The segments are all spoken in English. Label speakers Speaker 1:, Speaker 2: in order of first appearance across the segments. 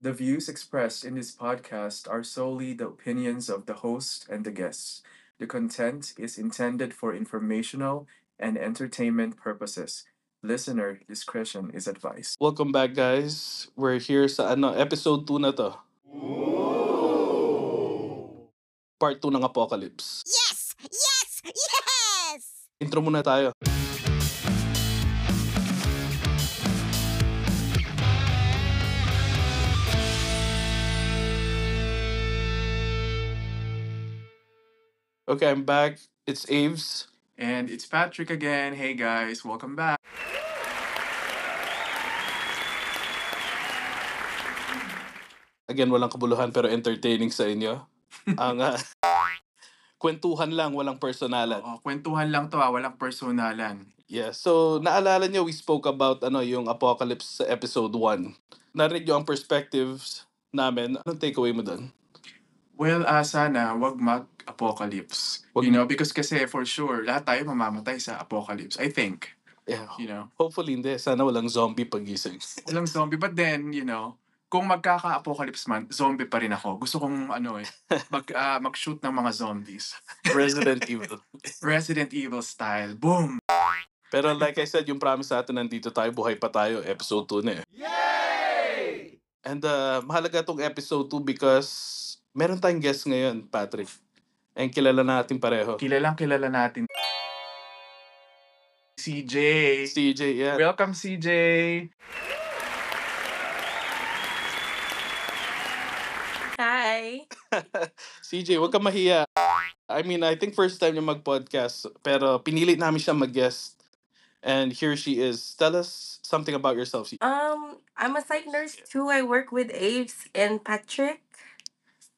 Speaker 1: The views expressed in this podcast are solely the opinions of the host and the guests. The content is intended for informational and entertainment purposes. Listener discretion is advised.
Speaker 2: Welcome back guys. We're here sa ano, episode 2 na to. Part 2 ng Apocalypse.
Speaker 3: Yes! Yes! Yes!
Speaker 2: Intro muna tayo. Okay, I'm back. It's Aves.
Speaker 1: And it's Patrick again. Hey guys, welcome back.
Speaker 2: Again, walang kabuluhan pero entertaining sa inyo. Ang ah, kwentuhan lang, walang personalan.
Speaker 1: Oh, kwentuhan lang to ah, walang personalan.
Speaker 2: Yeah, so naalala niyo we spoke about ano yung apocalypse sa episode 1. Narinig niyo ang perspectives namin. Anong takeaway mo doon?
Speaker 1: Well, ah, sana wag mag-apocalypse. You
Speaker 2: Wag
Speaker 1: know, because kasi for sure, lahat tayo mamamatay sa apocalypse. I think,
Speaker 2: Yeah.
Speaker 1: you know.
Speaker 2: Hopefully hindi. Sana walang zombie pagising.
Speaker 1: Walang zombie. But then, you know, kung magkaka-apocalypse man, zombie pa rin ako. Gusto kong, ano eh, mag, ah, mag-shoot ng mga zombies.
Speaker 2: Resident Evil.
Speaker 1: Resident Evil style. Boom!
Speaker 2: Pero like I said, yung promise natin nandito tayo, buhay pa tayo, episode 2 na eh. And uh, mahalaga tong episode 2 because meron tayong guest ngayon, Patrick. And kilala natin pareho.
Speaker 1: Kilalang kilala natin. CJ!
Speaker 2: CJ, yeah.
Speaker 1: Welcome, CJ!
Speaker 4: Hi.
Speaker 2: CJ, huwag ka mahiya. I mean, I think first time niya mag-podcast, pero pinili namin siya mag-guest. And here she is. Tell us something about yourself. CJ.
Speaker 4: Um, I'm a psych nurse too. I work with Aves and Patrick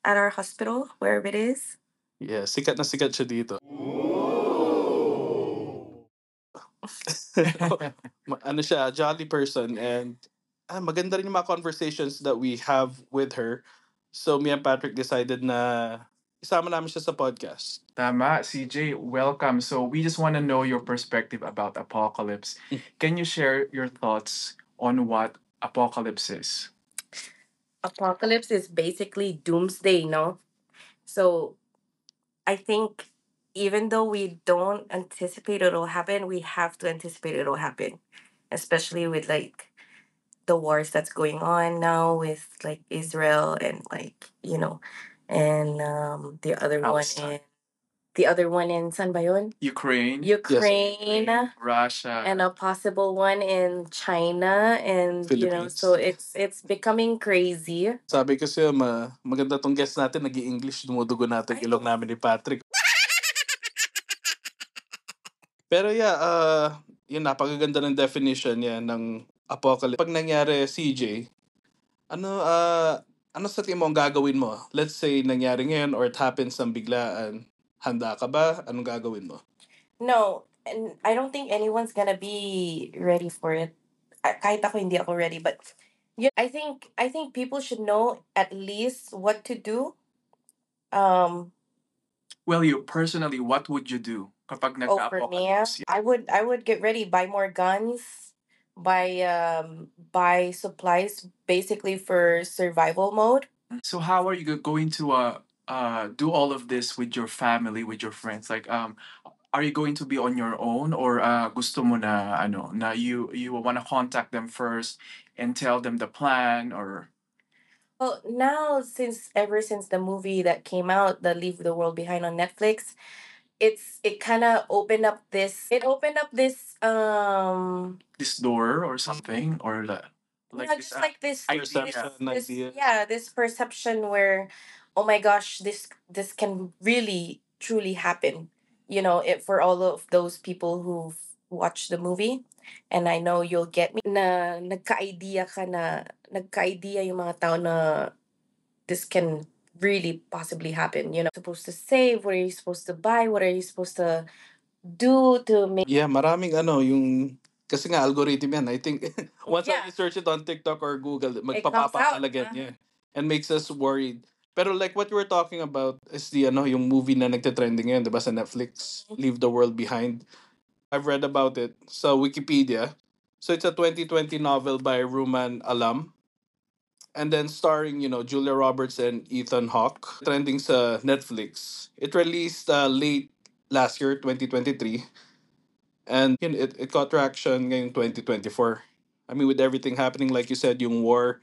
Speaker 4: at our hospital, wherever it is.
Speaker 2: Yeah, sikat na sikat siya dito. Ma- ano siya, jolly person. And ah, maganda rin yung mga conversations that we have with her. So me and Patrick decided na isama namin siya sa podcast.
Speaker 1: Tama, CJ, welcome. So we just want to know your perspective about apocalypse. Can you share your thoughts on what apocalypse is?
Speaker 4: Apocalypse is basically doomsday, no? So I think even though we don't anticipate it'll happen, we have to anticipate it'll happen. Especially with like the wars that's going on now with like Israel and like, you know, and um the other one
Speaker 1: Palestine.
Speaker 4: in the other one in San Bayon.
Speaker 1: Ukraine,
Speaker 4: Ukraine
Speaker 1: Russia,
Speaker 4: and a possible one in China and you know so it's it's becoming crazy.
Speaker 2: Sabi kasi "Oh, ma- maganda tong guest natin, nag english dumudugo natin yung ilong namin ni Patrick. Pero yeah, uh, yun, napakaganda ng definition yan ng apocalypse. Pag nangyari CJ, ano, ah, ano sa tingin mo ang gagawin mo? Let's say nangyari ngayon or it happens ng biglaan. Handa ka ba? Anong gagawin mo?
Speaker 4: No, and I don't think anyone's gonna be ready for it. Ah, Kahit ako hindi ako ready, but yeah, I think I think people should know at least what to do. Um,
Speaker 1: Well, you personally, what would you do kapag
Speaker 4: oh, for me,
Speaker 1: nagka-apocalypse?
Speaker 4: I would I would get ready, buy more guns, buy um buy supplies basically for survival mode.
Speaker 1: So how are you go- going to uh, uh, do all of this with your family, with your friends? Like, um, are you going to be on your own or uh, gusto mo na, ano, na you, you want to contact them first and tell them the plan or...
Speaker 4: Well, now since ever since the movie that came out, the Leave the World Behind on Netflix, it's it kind of opened up this. It opened up this um
Speaker 1: this door or something or the, like
Speaker 4: no,
Speaker 1: this,
Speaker 4: Mm. just
Speaker 1: uh,
Speaker 4: like this,
Speaker 1: idea.
Speaker 2: Perception,
Speaker 4: this
Speaker 2: idea.
Speaker 4: yeah this perception where oh my gosh this this can really truly happen you know it for all of those people who've watched the movie and I know you'll get me na nagka-idea ka na nagka-idea yung mga tao na this can really possibly happen you know supposed to save what are you supposed to buy what are you supposed to do to make
Speaker 2: Yeah, maraming ano, yung kasi nga algorithm yan. I think once
Speaker 4: Yeah.
Speaker 2: I research it on TikTok or Google,
Speaker 4: comes
Speaker 2: magpapapa
Speaker 4: out,
Speaker 2: talaga yan.
Speaker 4: ah.
Speaker 2: Yeah. And makes us worried. Pero like what you were talking about is the ano, yung movie na nagte-trending ngayon, 'di ba sa Netflix,
Speaker 4: Mhm.
Speaker 2: Leave the World Behind. I've read about it sa Wikipedia. So it's a 2020 novel by Ruman Alam. and then starring, you know, Julia Roberts and Ethan Hawke, trending sa Netflix. It released uh, late last year, 2023, and yun, it, it got traction ngayong 2024. I mean, with everything happening, like you said, yung war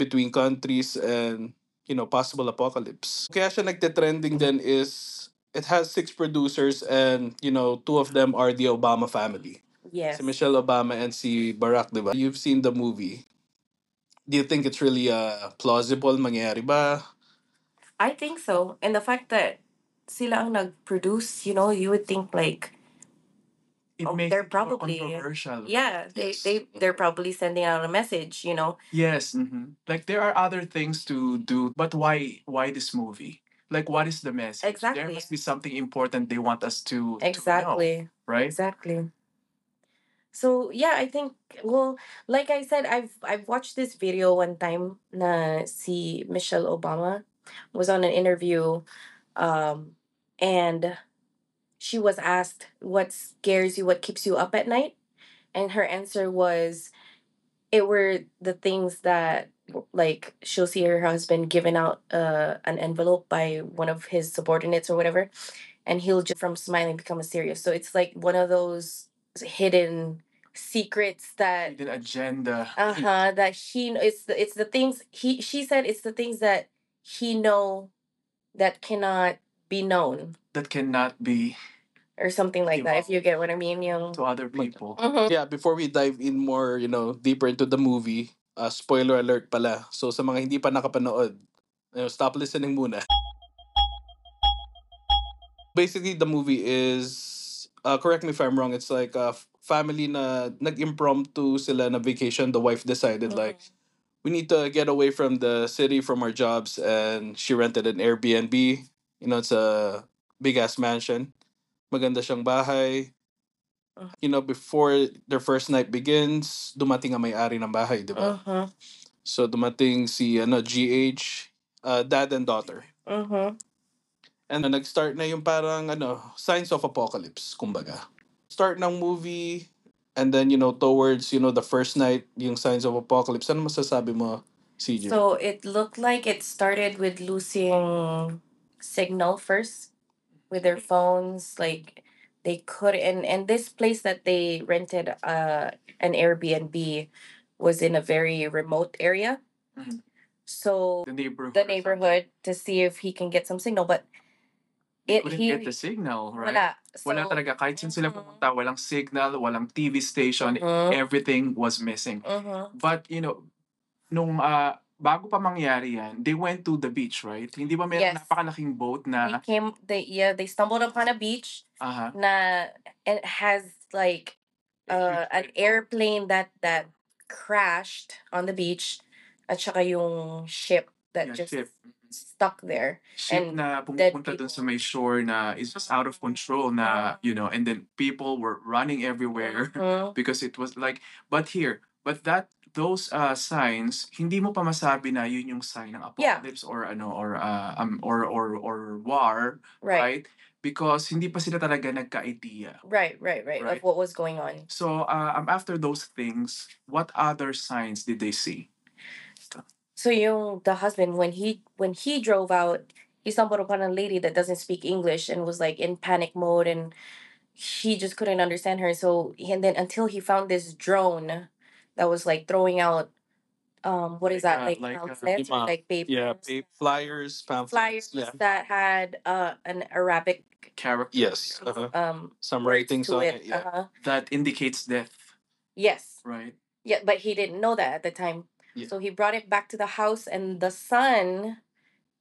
Speaker 2: between countries and, you know, possible apocalypse. Kaya siya nagte-trending then is it has six producers and, you know, two of them are the Obama family.
Speaker 4: Yes.
Speaker 2: Si Michelle Obama and si Barack, di ba? You've seen the movie. Do you think it's really uh, plausible? Mangyayari ba?
Speaker 4: I think so. And the fact that sila ang nag-produce, you know, you would think like,
Speaker 1: It
Speaker 4: Oh,
Speaker 1: makes
Speaker 4: they're
Speaker 1: it more
Speaker 4: probably-
Speaker 1: controversial.
Speaker 4: yeah, they,
Speaker 2: Yes.
Speaker 4: they, they're probably sending out a message, you know.
Speaker 1: Yes, mhm. like there are other things to do, but why why this movie? Like what is the message? There
Speaker 4: Exactly.
Speaker 1: must be something important they want us to to know,
Speaker 4: Exactly.
Speaker 1: right?
Speaker 4: Exactly. So yeah, I think well, like I said, I've I've watched this video one time na si Michelle Obama was on an interview um and she was asked what scares you, what keeps you up at night? And her answer was it were the things that like she'll see her husband giving out uh, an envelope by one of his subordinates or whatever and he'll just from smiling become a serious so it's like one of those hidden secrets that
Speaker 1: Hidden agenda.
Speaker 4: uh-huh that he kn- it's the, it's the things he she said it's the things that he know that cannot be known
Speaker 1: that cannot be
Speaker 4: or something like that if you
Speaker 1: Divulged.
Speaker 4: get what i mean yung
Speaker 1: to other people.
Speaker 4: Mhm.
Speaker 2: Yeah, before we dive in more, you know, deeper into the movie, uh, spoiler alert pala. So sa mga hindi pa nakapanood, you know, stop listening muna. Basically, the movie is, uh, correct me if I'm wrong, it's like a f- family na nag-impromptu sila na vacation. The wife decided like, we need to get away from the city, from our jobs, and she rented an Airbnb. You know, it's a big-ass mansion. Maganda siyang bahay.
Speaker 4: Mhm.
Speaker 2: You know, before their first night begins, dumating ang may-ari ng bahay, di ba?
Speaker 4: Mhm.
Speaker 2: So dumating si ano, GH, uh, dad and daughter.
Speaker 4: Mhm.
Speaker 2: And then, nag-start na yung parang ano, signs of apocalypse, kumbaga. Start ng movie, and then, you know, towards, you know, the first night, yung signs of apocalypse. Ano masasabi mo, CJ?
Speaker 4: so it looked like it started with losing signal first with their
Speaker 1: Mm-hmm.
Speaker 4: phones like they could and and this place that they rented uh an airbnb was in a very remote area
Speaker 1: Mhm.
Speaker 4: so
Speaker 1: The neighborhood.
Speaker 4: Mm-hmm. the
Speaker 1: or something.
Speaker 4: neighborhood to see if he can get some signal but
Speaker 1: They
Speaker 4: it
Speaker 1: couldn't
Speaker 4: he
Speaker 1: get the signal, right?
Speaker 4: wala so
Speaker 1: Wala talaga. Kahit saan sila
Speaker 4: Mhm.
Speaker 1: pumunta, walang signal, walang TV station,
Speaker 4: Mhm,
Speaker 1: everything was missing.
Speaker 4: mhm.
Speaker 1: But, you know, nung ah, bago pa mangyari yan, they went to the beach, right? Hindi ba may
Speaker 4: Yes.
Speaker 1: napakalaking boat
Speaker 4: they
Speaker 1: na,
Speaker 4: came they yeah they stumbled upon a beach
Speaker 1: aha,
Speaker 4: na it has like uh,
Speaker 1: A huge
Speaker 4: an
Speaker 1: red
Speaker 4: airplane that that crashed on the beach at saka yung ship that
Speaker 1: yeah,
Speaker 4: just
Speaker 1: ship.
Speaker 4: stuck there.
Speaker 1: Ship
Speaker 4: and
Speaker 1: na
Speaker 4: dead
Speaker 1: pumupunta dun sa
Speaker 4: people.
Speaker 1: may shore na is just out of control na, you know, and then people were running everywhere.
Speaker 4: Mhm.
Speaker 1: because it was like but here but that those uh signs hindi mo pa masabi na yun yung sign ng
Speaker 4: Yeah.
Speaker 1: apocalypse or ano or uh, um or or or war
Speaker 4: Right.
Speaker 1: because hindi pa sila talaga nagka-idea
Speaker 4: Right, right, right,
Speaker 1: Right.
Speaker 4: Of what was going on.
Speaker 1: so uh, um, after those things what other signs did they see
Speaker 4: So yung the husband when he when he drove out, he stumbled upon a lady that doesn't speak English and was like in panic mode and he just couldn't understand her. So and then until he found this drone that was like throwing out um what is
Speaker 1: Like,
Speaker 4: that
Speaker 1: uh,
Speaker 4: like,
Speaker 1: like, uh,
Speaker 4: pamphlets or
Speaker 2: Ima-
Speaker 4: like papers
Speaker 2: Yeah, pa- flyers, pamphlets.
Speaker 4: flyers
Speaker 2: Yeah.
Speaker 4: that had uh an Arabic
Speaker 1: characters
Speaker 2: Yes.
Speaker 1: yeah,
Speaker 2: Uh-huh.
Speaker 4: um
Speaker 2: Some
Speaker 4: words
Speaker 2: writings on
Speaker 4: to
Speaker 2: it.
Speaker 4: it.
Speaker 2: Yeah.
Speaker 4: Uh-huh.
Speaker 1: that indicates death
Speaker 4: Yes.
Speaker 1: right
Speaker 4: Yeah, but he didn't know that at the time.
Speaker 2: Yeah.
Speaker 4: So he brought it back to the house, and the son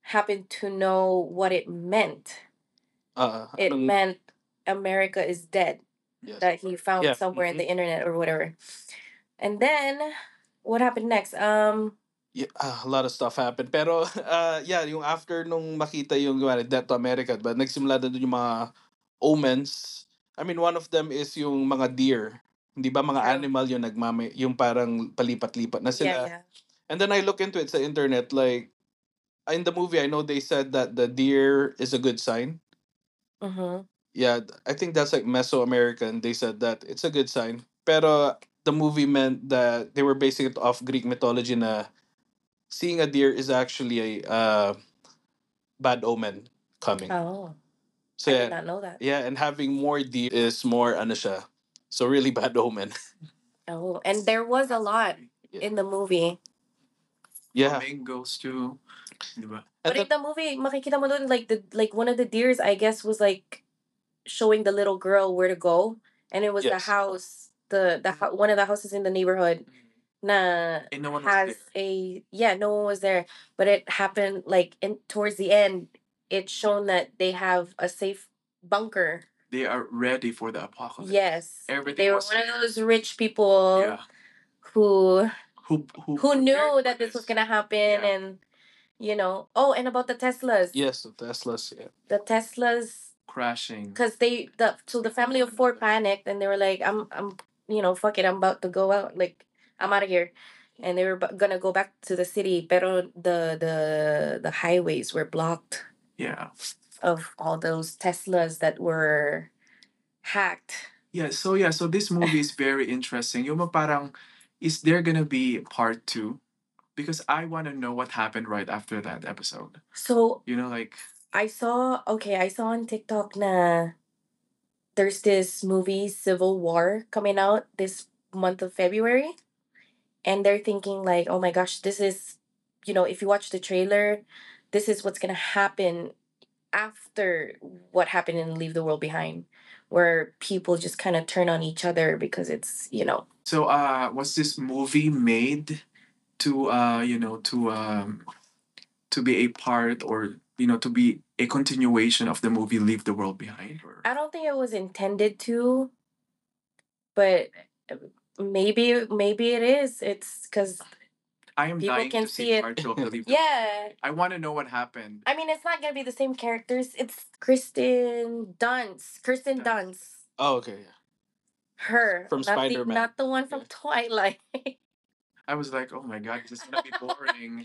Speaker 4: happened to know what it meant.
Speaker 2: Uh,
Speaker 4: Uh-huh. It
Speaker 2: anong-
Speaker 4: meant America is dead,
Speaker 2: yes.
Speaker 4: that he found
Speaker 2: Yeah, mm-hmm.
Speaker 4: somewhere in the internet or whatever. And then what happened next? Um,
Speaker 2: Yeah, ah, a lot of stuff happened. Pero, uh, yeah, yung after nung makita yung kumari, Death to America, but nagsimula na dun yung mga omens. I mean, one of them is yung mga deer. Hindi ba mga
Speaker 4: True.
Speaker 2: animal yung nagmami, yung parang palipat-lipat na sila.
Speaker 4: yeah, yeah.
Speaker 2: And then I look into it sa internet, like, in the movie, I know they said that the deer is a good sign.
Speaker 4: Mm-hmm.
Speaker 2: Yeah, th- I think that's like Mesoamerican. They said that it's a good sign. Pero the movie meant that they were basing it off Greek mythology na seeing a deer is actually a uh, bad omen coming.
Speaker 4: Oh,
Speaker 2: so yeah,
Speaker 4: I did not know that.
Speaker 2: yeah, and having more deer is more ano siya. So really bad omen.
Speaker 4: Oh, and there was a lot
Speaker 2: Yeah.
Speaker 4: in the movie.
Speaker 2: yeah.
Speaker 1: Flamingos too. Di ba?
Speaker 4: But in
Speaker 2: At the-
Speaker 4: the movie, makikita mo dun, like the like one of the deers, I guess, was like showing the little girl where to go, and it was
Speaker 2: Yes.
Speaker 4: the house, the the hou- one of the houses in the neighborhood, na
Speaker 1: And no Mm-hmm. one was
Speaker 4: has
Speaker 1: there.
Speaker 4: a yeah, no one was there, but it happened like in towards the end, it's shown that they have a safe bunker.
Speaker 1: They are ready for the apocalypse.
Speaker 4: Yes,
Speaker 1: Oh, Everything
Speaker 4: they were
Speaker 1: was
Speaker 4: one of
Speaker 1: there.
Speaker 4: those rich people
Speaker 1: Yeah.
Speaker 4: who
Speaker 1: Who who,
Speaker 4: who
Speaker 1: prepared
Speaker 4: knew
Speaker 1: for
Speaker 4: that this was gonna happen,
Speaker 1: Yeah.
Speaker 4: and you know, oh, and about the Teslas,
Speaker 2: yes, the Teslas. Yeah.
Speaker 4: the Teslas
Speaker 1: crashing.
Speaker 4: because they the so the family of four panicked and they were like i'm i'm you know fuck it i'm about to go out like i'm out of here and they were bu- gonna go back to the city pero the the the highways were blocked
Speaker 1: Yeah.
Speaker 4: of all those teslas that were hacked
Speaker 1: Yeah, so yeah, so this movie is very interesting. Yung mga parang is there gonna be part two? Because I wanna know what happened right after that episode.
Speaker 4: so
Speaker 1: You know, like
Speaker 4: i saw okay i saw on tiktok na there's this movie civil war coming out this month of february and they're thinking like oh my gosh this is you know if you watch the trailer this is what's going to happen after what happened in leave the world behind where people just kind of turn on each other because it's you know
Speaker 1: so uh was this movie made to uh you know to um to be a part or you know to be a continuation of the movie Leave the World Behind or
Speaker 4: i don't think it was intended to but maybe maybe it is it's because
Speaker 1: I am
Speaker 4: people
Speaker 1: dying
Speaker 4: can
Speaker 1: to see
Speaker 4: see it.
Speaker 1: part two of the Leave the
Speaker 4: yeah
Speaker 1: I wanna know what happened.
Speaker 4: i mean it's not going to be the same characters it's kristen dunst kristen dunst
Speaker 2: Oh, okay. Yeah.
Speaker 4: her
Speaker 2: From
Speaker 4: not the-
Speaker 2: Spider-Man.
Speaker 4: not the one from
Speaker 2: Yeah.
Speaker 4: twilight
Speaker 1: I was like, oh my god, this is gonna be boring.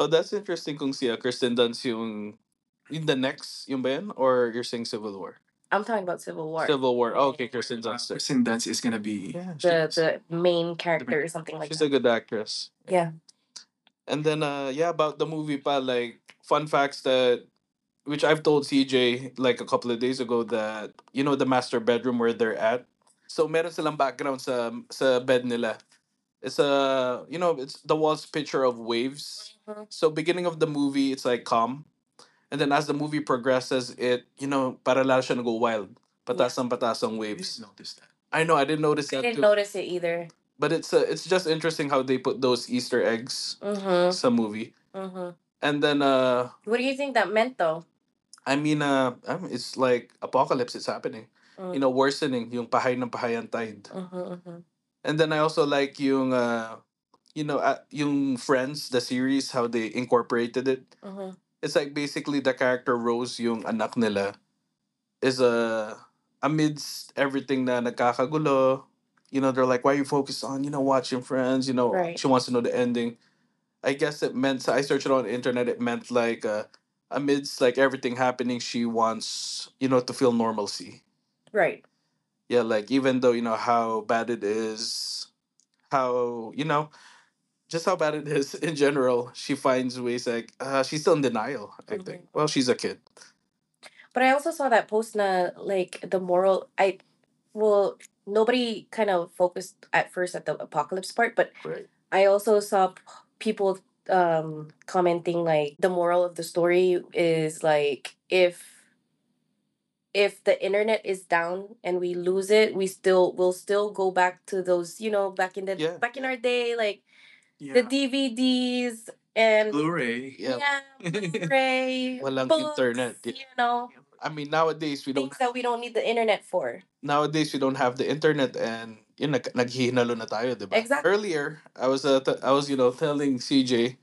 Speaker 2: Oh, that's interesting kung si uh, Kirsten Dunst yung in the next yung ba yun? Or you're saying Civil War?
Speaker 4: I'm talking about Civil War.
Speaker 2: Civil War. Oh, okay,
Speaker 4: Yeah.
Speaker 2: Kirsten
Speaker 1: uh,
Speaker 2: Dunst.
Speaker 1: Kristen Dunst is gonna be
Speaker 2: Yeah,
Speaker 4: The
Speaker 2: she's,
Speaker 4: the main character or something like
Speaker 2: she's a
Speaker 4: that.
Speaker 2: good actress.
Speaker 4: Yeah.
Speaker 2: And then uh yeah, about the movie pa like fun facts that which I've told CJ like a couple of days ago that you know the master bedroom where they're at. So meron silang background sa sa bed nila. It's a you know, it's the wall's picture of waves.
Speaker 4: Mhm.
Speaker 2: So beginning of the movie it's like calm. And then as the movie progresses, it you know, para lalo siya go wild. Patas ang patas ang
Speaker 1: I didn't
Speaker 2: waves.
Speaker 1: notice that.
Speaker 2: I know I didn't notice
Speaker 4: Mm. I
Speaker 2: that
Speaker 4: didn't
Speaker 2: too.
Speaker 4: notice it either.
Speaker 2: But it's uh, it's just interesting how they put those Easter eggs
Speaker 4: Mm-hmm.
Speaker 2: sa movie.
Speaker 4: Mm-hmm.
Speaker 2: And then uh
Speaker 4: What do you think that meant though?
Speaker 2: I mean uh um, it's like apocalypse is happening. You know, worsening yung pahay ng pahay ang tide.
Speaker 4: Mm-hmm.
Speaker 2: And then I also like yung uh you know, uh, yung Friends the series how they incorporated it.
Speaker 4: Mm-hmm.
Speaker 2: It's like basically the character Rose yung anak nila is uh, amidst everything na nagkakagulo. You know, they're like, why are you focused on, you know, watching Friends? You know,
Speaker 4: Right.
Speaker 2: she wants to know the ending. I guess it meant so I searched it on the internet. It meant like uh, amidst like everything happening, she wants you know to feel normalcy.
Speaker 4: Right.
Speaker 2: Yeah, like even though you know how bad it is, how you know just how bad it is in general, she finds ways like uh, she's still in denial. I
Speaker 4: Mhm.
Speaker 2: think. Well, she's a kid.
Speaker 4: But I also saw that post na like the moral I well nobody kind of focused at first at the apocalypse part, but
Speaker 2: Right.
Speaker 4: I also saw p- people um commenting like the moral of the story is like if if the internet is down and we lose it, we still will still go back to those, you know, back in the
Speaker 2: Yeah,
Speaker 4: back in
Speaker 2: yeah.
Speaker 4: our day, like
Speaker 1: Yeah.
Speaker 4: the DVDs and
Speaker 1: Blu-ray.
Speaker 2: Yeah.
Speaker 4: yeah, Blu-ray,
Speaker 2: Walang
Speaker 4: books,
Speaker 2: internet, yeah.
Speaker 4: you know,
Speaker 2: I mean nowadays we don't
Speaker 4: things that we don't need the internet for.
Speaker 2: nowadays we don't have the internet and yun nag naghihinalo na tayo, 'di ba?
Speaker 4: Exactly.
Speaker 2: Earlier, I was uh, t- I was you know telling CJ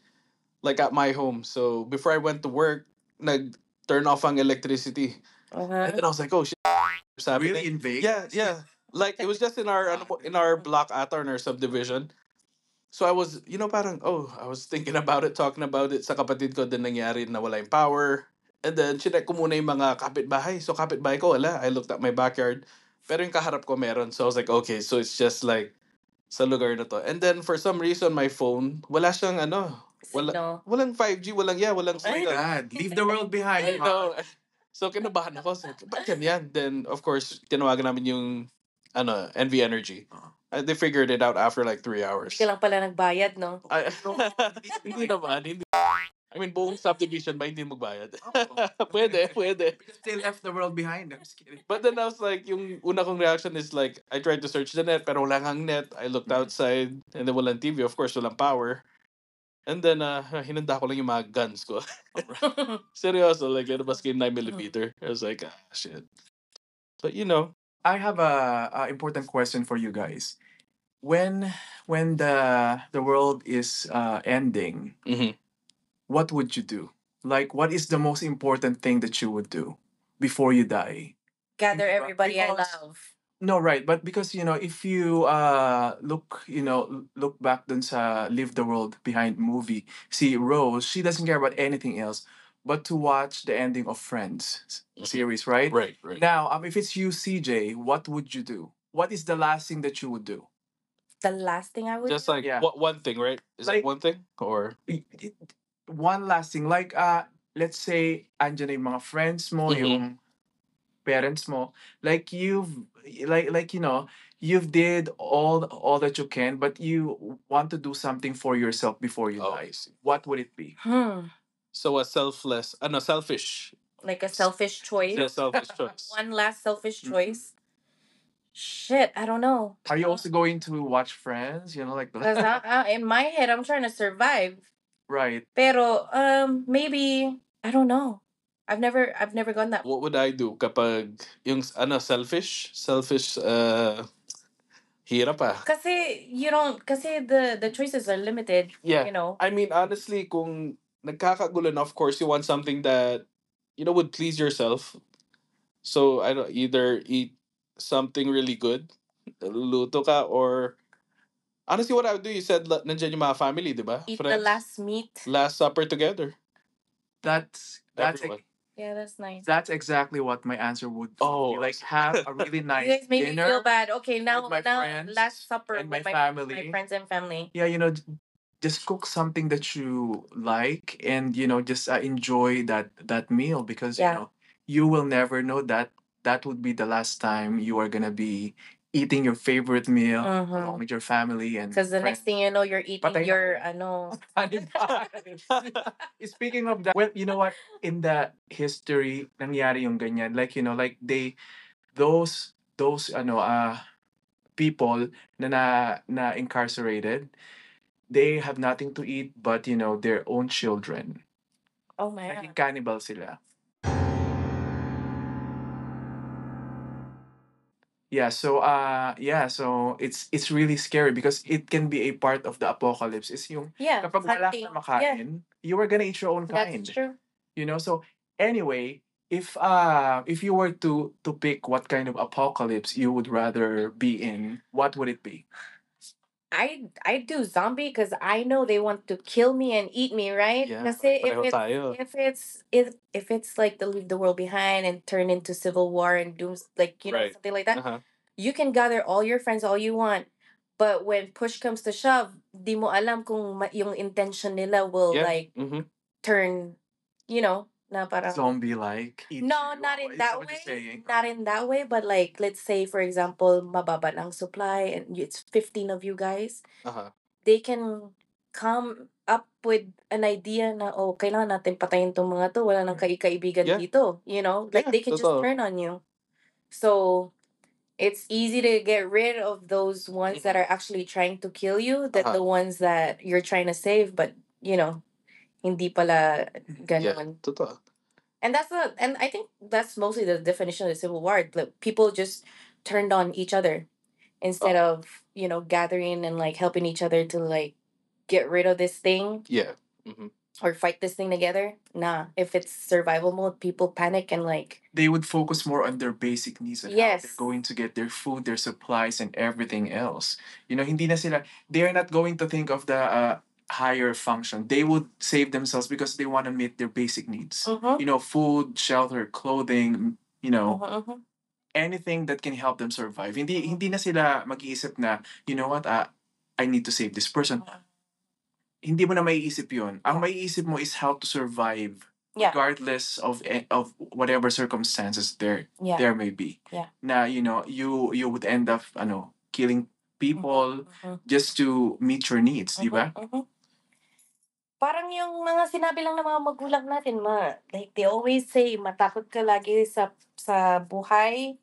Speaker 2: like at my home. So before I went to work, nag turn off ang electricity.
Speaker 4: Uh-huh.
Speaker 2: And then I was like, "Oh shit, what's
Speaker 1: Really in
Speaker 2: happening?"
Speaker 1: Vegas?
Speaker 2: Yeah, yeah. Like it was just in our ano po- in our block ata or in our subdivision. So I was, you know, parang, oh, I was thinking about it, talking about it sa kapatid ko, then nangyari na wala yung power. And then, chinek ko muna yung mga kapitbahay. So kapitbahay ko, wala. I looked at my backyard. Pero yung kaharap ko meron. So I was like, okay, so it's just like, sa lugar na to. And then, for some reason, my phone, wala siyang ano, Wala-
Speaker 4: signal.
Speaker 2: Walang 5G, walang, yeah, walang signal.
Speaker 1: God, leave the world behind.
Speaker 2: no. So, kinabahan ako. So, ba't yan yan? Then, of course, tinawagan namin yung ano, NV Energy. Uh, they figured it out after like three hours.
Speaker 4: Hindi ka lang pala nagbayad, no?
Speaker 2: I, hindi naman. Hindi. I mean, buong subdivision ba hindi magbayad? pwede, pwede.
Speaker 1: Because they left the world behind. I'm just kidding.
Speaker 2: But then I was like, yung una kong reaction is like, I tried to search the net, pero wala kang net. I looked outside, and then walang TV. Of course, walang power. And then, uh, hinanda ko lang yung mga guns ko. Seryoso, like, lumabas ko yung 9mm. I was like, ah, shit. But, you know,
Speaker 1: I have a, a important question for you guys. When when the the world is uh, ending,
Speaker 2: mhm.
Speaker 1: what would you do? Like, what is the most important thing that you would do before you die?
Speaker 4: Gather
Speaker 1: Because-
Speaker 4: everybody I love.
Speaker 1: No, right. But because, you know, if you uh look, you know, l- look back dun sa Leave the World Behind movie, see Rose, she doesn't care about anything else but to watch the ending of Friends s-
Speaker 2: Mhm.
Speaker 1: series, right?
Speaker 2: right, right.
Speaker 1: Now, um, if it's you, CJ, what would you do? What is the last thing that you would do?
Speaker 4: The last thing I would
Speaker 2: Just like,
Speaker 1: Yeah.
Speaker 2: what, one thing, right? Is
Speaker 1: Like-
Speaker 2: that one thing? Or,
Speaker 1: I- i- One last thing, like uh, let's say andyan na yung mga friends mo,
Speaker 2: Mhm.
Speaker 1: yung parents mo, like you've like like you know, you've did all all that you can, but you want to do something for yourself before you
Speaker 2: Oh, I
Speaker 1: die. What would it be?
Speaker 4: Hmm.
Speaker 2: so a selfless, ano, selfish.
Speaker 4: Like a selfish choice.
Speaker 2: Yeah, selfish choice.
Speaker 4: One last selfish
Speaker 1: Mhm.
Speaker 4: choice. Shit, I don't know.
Speaker 1: Are you also going to watch Friends? You know, like
Speaker 4: Cause I, I, in my head, I'm trying to survive.
Speaker 1: right.
Speaker 4: Pero um, maybe I don't know. I've never, I've never gone that.
Speaker 2: what would I do kapag yung ano selfish selfish uh hirap ah.
Speaker 4: Kasi you don't. Kasi the the choices are limited.
Speaker 2: Yeah.
Speaker 4: You know.
Speaker 2: I mean honestly kung nagkakagulo na of course you want something that you know would please yourself. So I don't either eat something really good luto ka or honestly what I would do you said la- nandyan yung mga family di ba?
Speaker 4: Eat the
Speaker 2: Friends.
Speaker 4: last meat.
Speaker 1: Mm.
Speaker 2: Last supper together.
Speaker 1: That's that's ex-
Speaker 2: Everyone.
Speaker 4: Yeah, that's nice.
Speaker 1: that's exactly what my answer would be.
Speaker 2: Oh, I
Speaker 1: like
Speaker 2: see.
Speaker 1: have a really nice
Speaker 4: you guys made me feel
Speaker 1: dinner
Speaker 4: bad. Okay, now
Speaker 1: my
Speaker 4: now
Speaker 1: friends
Speaker 4: last supper
Speaker 1: and my
Speaker 4: with my
Speaker 1: family.
Speaker 4: my friends and family.
Speaker 1: yeah you know j- just cook something that you like and you know just uh, enjoy that that meal because
Speaker 4: Yeah.
Speaker 1: you know you will never know that that would be the last time you are gonna be eating your favorite meal along
Speaker 4: Because
Speaker 1: with your family and
Speaker 4: Mm-hmm. the next thing you know, you're eating
Speaker 1: Patay na
Speaker 4: your ano.
Speaker 1: friends. speaking of that well you know what in the history nangyari yung ganyan like you know like they those those ano uh people na na, na incarcerated they have nothing to eat but you know their own children.
Speaker 4: Oh my
Speaker 1: Naging
Speaker 4: god.
Speaker 1: cannibal sila. Yeah, so uh yeah, so it's it's really scary because it can be a part of the apocalypse. Is yung
Speaker 4: Yeah.
Speaker 1: kapag wala ka
Speaker 4: hunting.
Speaker 1: na
Speaker 4: Yeah,
Speaker 1: makain, you are gonna eat your own
Speaker 4: that's
Speaker 1: kind.
Speaker 4: true.
Speaker 1: You know, so anyway, if uh if you were to to pick what kind of apocalypse you would rather be in, what would it be?
Speaker 4: I I do zombie because I know they want to kill me and eat me, right?
Speaker 2: Yeah,
Speaker 4: Kasi if
Speaker 2: pareho
Speaker 4: it's
Speaker 2: tayo.
Speaker 4: if it's if if it's like the leave the world behind and turn into civil war and dooms like you know
Speaker 2: Right.
Speaker 4: something like that,
Speaker 2: Uh-huh.
Speaker 4: you can gather all your friends all you want, but when push comes to shove, di mo alam kung ma- yung intention nila will
Speaker 2: Yeah.
Speaker 4: like
Speaker 2: mhm.
Speaker 4: turn, you know, na parang
Speaker 1: Zombie like.
Speaker 4: No, not in that way. Not in that way, but like let's say for example, mababa ng supply and you- it's 15 of you guys.
Speaker 2: Uh-huh.
Speaker 4: They can come up with an idea na oh, kailangan natin patayin tong mga to, wala nang kaikaibigan
Speaker 2: Hmm. Yeah.
Speaker 4: dito, you know? Like
Speaker 2: Yeah,
Speaker 4: they can just
Speaker 2: totoo.
Speaker 4: turn on you. So it's easy to get rid of those ones that are actually trying to kill you than
Speaker 2: Mm-hmm. Uh-huh.
Speaker 4: the ones that you're trying to save, but you know, hindi pala
Speaker 2: Yeah.
Speaker 4: ganun
Speaker 2: Totoo.
Speaker 4: and that's a and i think that's mostly the definition of the civil war like people just turned on each other instead of you know gathering and like helping each other to like get rid of this thing
Speaker 2: Yeah. Mhm.
Speaker 4: or fight this thing together nah if it's survival mode people panic and like
Speaker 1: they would focus more on their basic needs and how
Speaker 4: Yes.
Speaker 1: they're going to get their food, their supplies, and everything else. You know, hindi na sila, they're not going to think of the uh, higher function. They would save themselves because they want to meet their basic needs.
Speaker 4: uh-huh,
Speaker 1: You know, food, shelter, clothing, you know,
Speaker 4: uh-huh, uh-huh.
Speaker 1: anything that can help them survive. Hindi,
Speaker 4: Uh-huh.
Speaker 1: hindi na sila mag-iisip na, you know what, ah, I need to save this person. hindi mo na maiisip yun. Ang maiisip mo is how to survive
Speaker 4: Yeah.
Speaker 1: regardless of a- of whatever circumstances there
Speaker 4: Yeah.
Speaker 1: there may be.
Speaker 4: Yeah.
Speaker 1: Na you know, you you would end up ano, killing
Speaker 4: Mm-hmm.
Speaker 1: people
Speaker 4: Mhm,
Speaker 1: just to meet your needs, di
Speaker 4: mhm,
Speaker 1: ba?
Speaker 4: mhm. Parang yung mga sinabi lang ng mga magulang natin, ma, like they always say, matakot ka lagi sa sa buhay,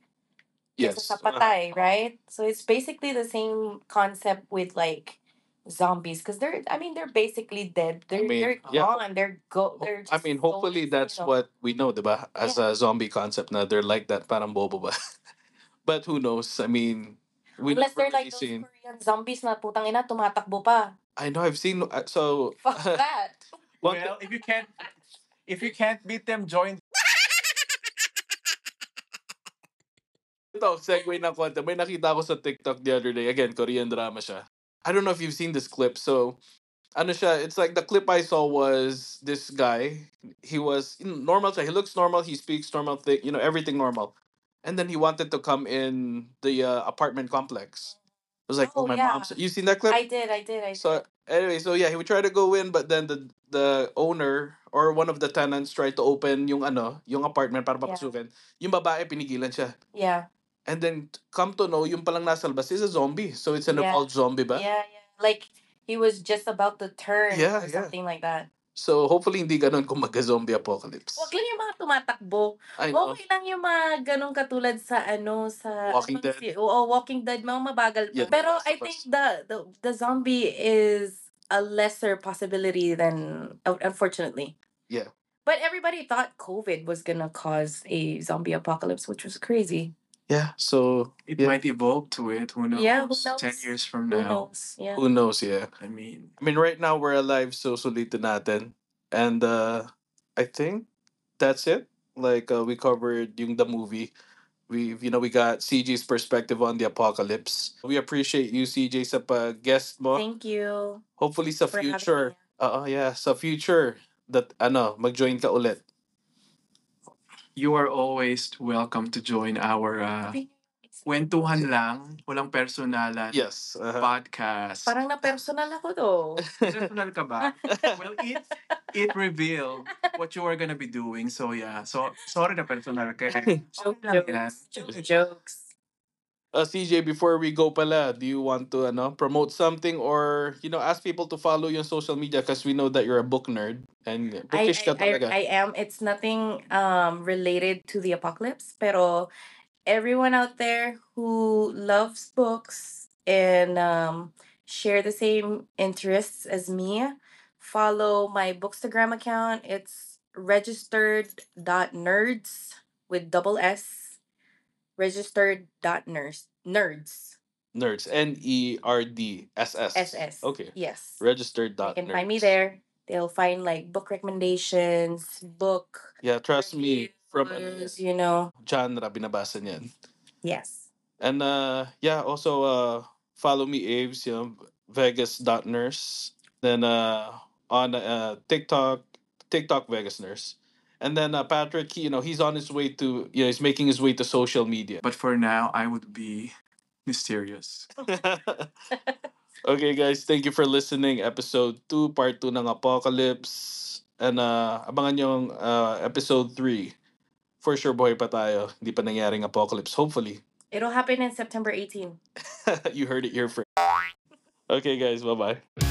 Speaker 2: Yes.
Speaker 4: kaysa sa patay, right? So it's basically the same concept with like zombies because they're I mean they're basically dead. They're
Speaker 2: mean,
Speaker 4: they're
Speaker 2: yeah.
Speaker 4: gone. They're
Speaker 2: Ho-
Speaker 4: go they're
Speaker 2: Oh, I mean, hopefully that's what we know, diba? As a zombie concept na they're like that, parang bobo ba? but who knows? I mean, we
Speaker 4: Unless
Speaker 2: never
Speaker 4: they're like
Speaker 2: really
Speaker 4: those
Speaker 2: seen.
Speaker 4: Korean zombies na putang ina tumatakbo pa.
Speaker 2: I know I've seen uh, so
Speaker 4: Fuck that.
Speaker 2: one
Speaker 1: well, if you can't if you can't beat them, join
Speaker 2: Ito, segue ng konti. May nakita ako sa TikTok the other day. Again, Korean drama siya. I don't know if you've seen this clip. So, ano siya, it's like the clip I saw was this guy. He was in normal siya. He looks normal. He speaks normal. Thing, you know, everything normal. And then he wanted to come in the uh, apartment complex. It was like, oh,
Speaker 4: Oh,
Speaker 2: my
Speaker 4: yeah.
Speaker 2: mom's. You seen that clip?
Speaker 4: I did, I did, I did.
Speaker 2: So anyway, so yeah, he would try to go in, but then the the owner or one of the tenants tried to open yung ano, yung apartment para
Speaker 4: Yeah.
Speaker 2: papasukin. Yung babae pinigilan siya.
Speaker 4: yeah.
Speaker 2: And then t- come to know, yung palang nasa labas is a zombie. So it's an
Speaker 4: Yeah.
Speaker 2: evolved zombie ba?
Speaker 4: Yeah, yeah. Like he was just about to turn
Speaker 2: Yeah,
Speaker 4: or
Speaker 2: yeah.
Speaker 4: something like that.
Speaker 2: So hopefully hindi ganun kung magka-zombie apocalypse.
Speaker 4: Huwag lang yung mga tumatakbo.
Speaker 2: I know.
Speaker 4: Okay lang yung mga ganong katulad sa ano sa
Speaker 2: Walking
Speaker 4: ano bang
Speaker 2: Dead.
Speaker 4: si- Oo, Walking Dead mga mabagal pa.
Speaker 2: Yeah, The
Speaker 4: Pero
Speaker 2: Last
Speaker 4: I
Speaker 2: of
Speaker 4: think
Speaker 2: Us.
Speaker 4: the, the the zombie is a lesser possibility than un- unfortunately.
Speaker 2: Yeah.
Speaker 4: But everybody thought COVID was gonna cause a zombie apocalypse, which was crazy.
Speaker 2: Yeah, so
Speaker 1: it
Speaker 2: Yeah.
Speaker 1: might evolve to it. Who knows?
Speaker 4: Yeah, who
Speaker 1: Ten
Speaker 4: knows?
Speaker 1: years from
Speaker 4: Who
Speaker 1: now.
Speaker 4: knows? Yeah.
Speaker 2: who knows, yeah.
Speaker 1: I mean
Speaker 2: I mean, right now we're alive, so sulitin natin. And uh, I think that's it. Like uh, we covered yung the movie. We you know we got CJ's perspective on the apocalypse. We appreciate you CJ sa pag guest mo.
Speaker 4: Thank you.
Speaker 2: Hopefully sa
Speaker 4: for having
Speaker 2: future.
Speaker 4: me.
Speaker 2: Oo, yeah, sa future that ano, mag-join ka ulit.
Speaker 1: you are always welcome to join our uh, kwentuhan lang, walang personalan
Speaker 2: Yes. uh-huh.
Speaker 1: podcast.
Speaker 4: Parang na personal ako to.
Speaker 1: Personal ka ba? well, it it revealed what you were gonna be doing. So yeah, so sorry na personal ka.
Speaker 4: Joke,
Speaker 1: Okay lang yan.
Speaker 4: jokes. Joke, jokes.
Speaker 2: Uh, CJ, before we go pala, do you want to ano, promote something or you know, ask people to follow your social media because we know that you're a book nerd and
Speaker 4: I,
Speaker 2: bookish ka
Speaker 4: I, I,
Speaker 2: talaga.
Speaker 4: I am. It's nothing um related to the apocalypse, pero everyone out there who loves books and um share the same interests as me, follow my bookstagram account. It's registered.nerds with double S. Registered.nerds. Nerds.
Speaker 2: Nerds. N E R D S S.
Speaker 4: SS.
Speaker 2: Okay.
Speaker 4: Yes.
Speaker 2: Registered
Speaker 4: They
Speaker 2: dot
Speaker 4: can find me
Speaker 2: nerds.
Speaker 4: there. They'll find like book recommendations, book
Speaker 2: Yeah, trust me. From ano,
Speaker 4: reviews, you know.
Speaker 2: genre, binabasa niyan.
Speaker 4: Yes.
Speaker 2: And uh, yeah, also uh, follow me, Aves, you know, Vegas.nurse. Then uh, on uh, TikTok, TikTok Vegas Nurse. And then uh, Patrick, he, you know, he's on his way to, you know, he's making his way to social media.
Speaker 1: But for now, I would be mysterious.
Speaker 2: okay, guys, thank you for listening. Episode 2, part 2 ng Apocalypse. And uh, abangan yung uh, episode 3. For sure, boy pa tayo. Hindi pa nangyaring apocalypse. Hopefully.
Speaker 4: It'll happen in September 18.
Speaker 2: you heard it here first. Okay, guys, bye-bye.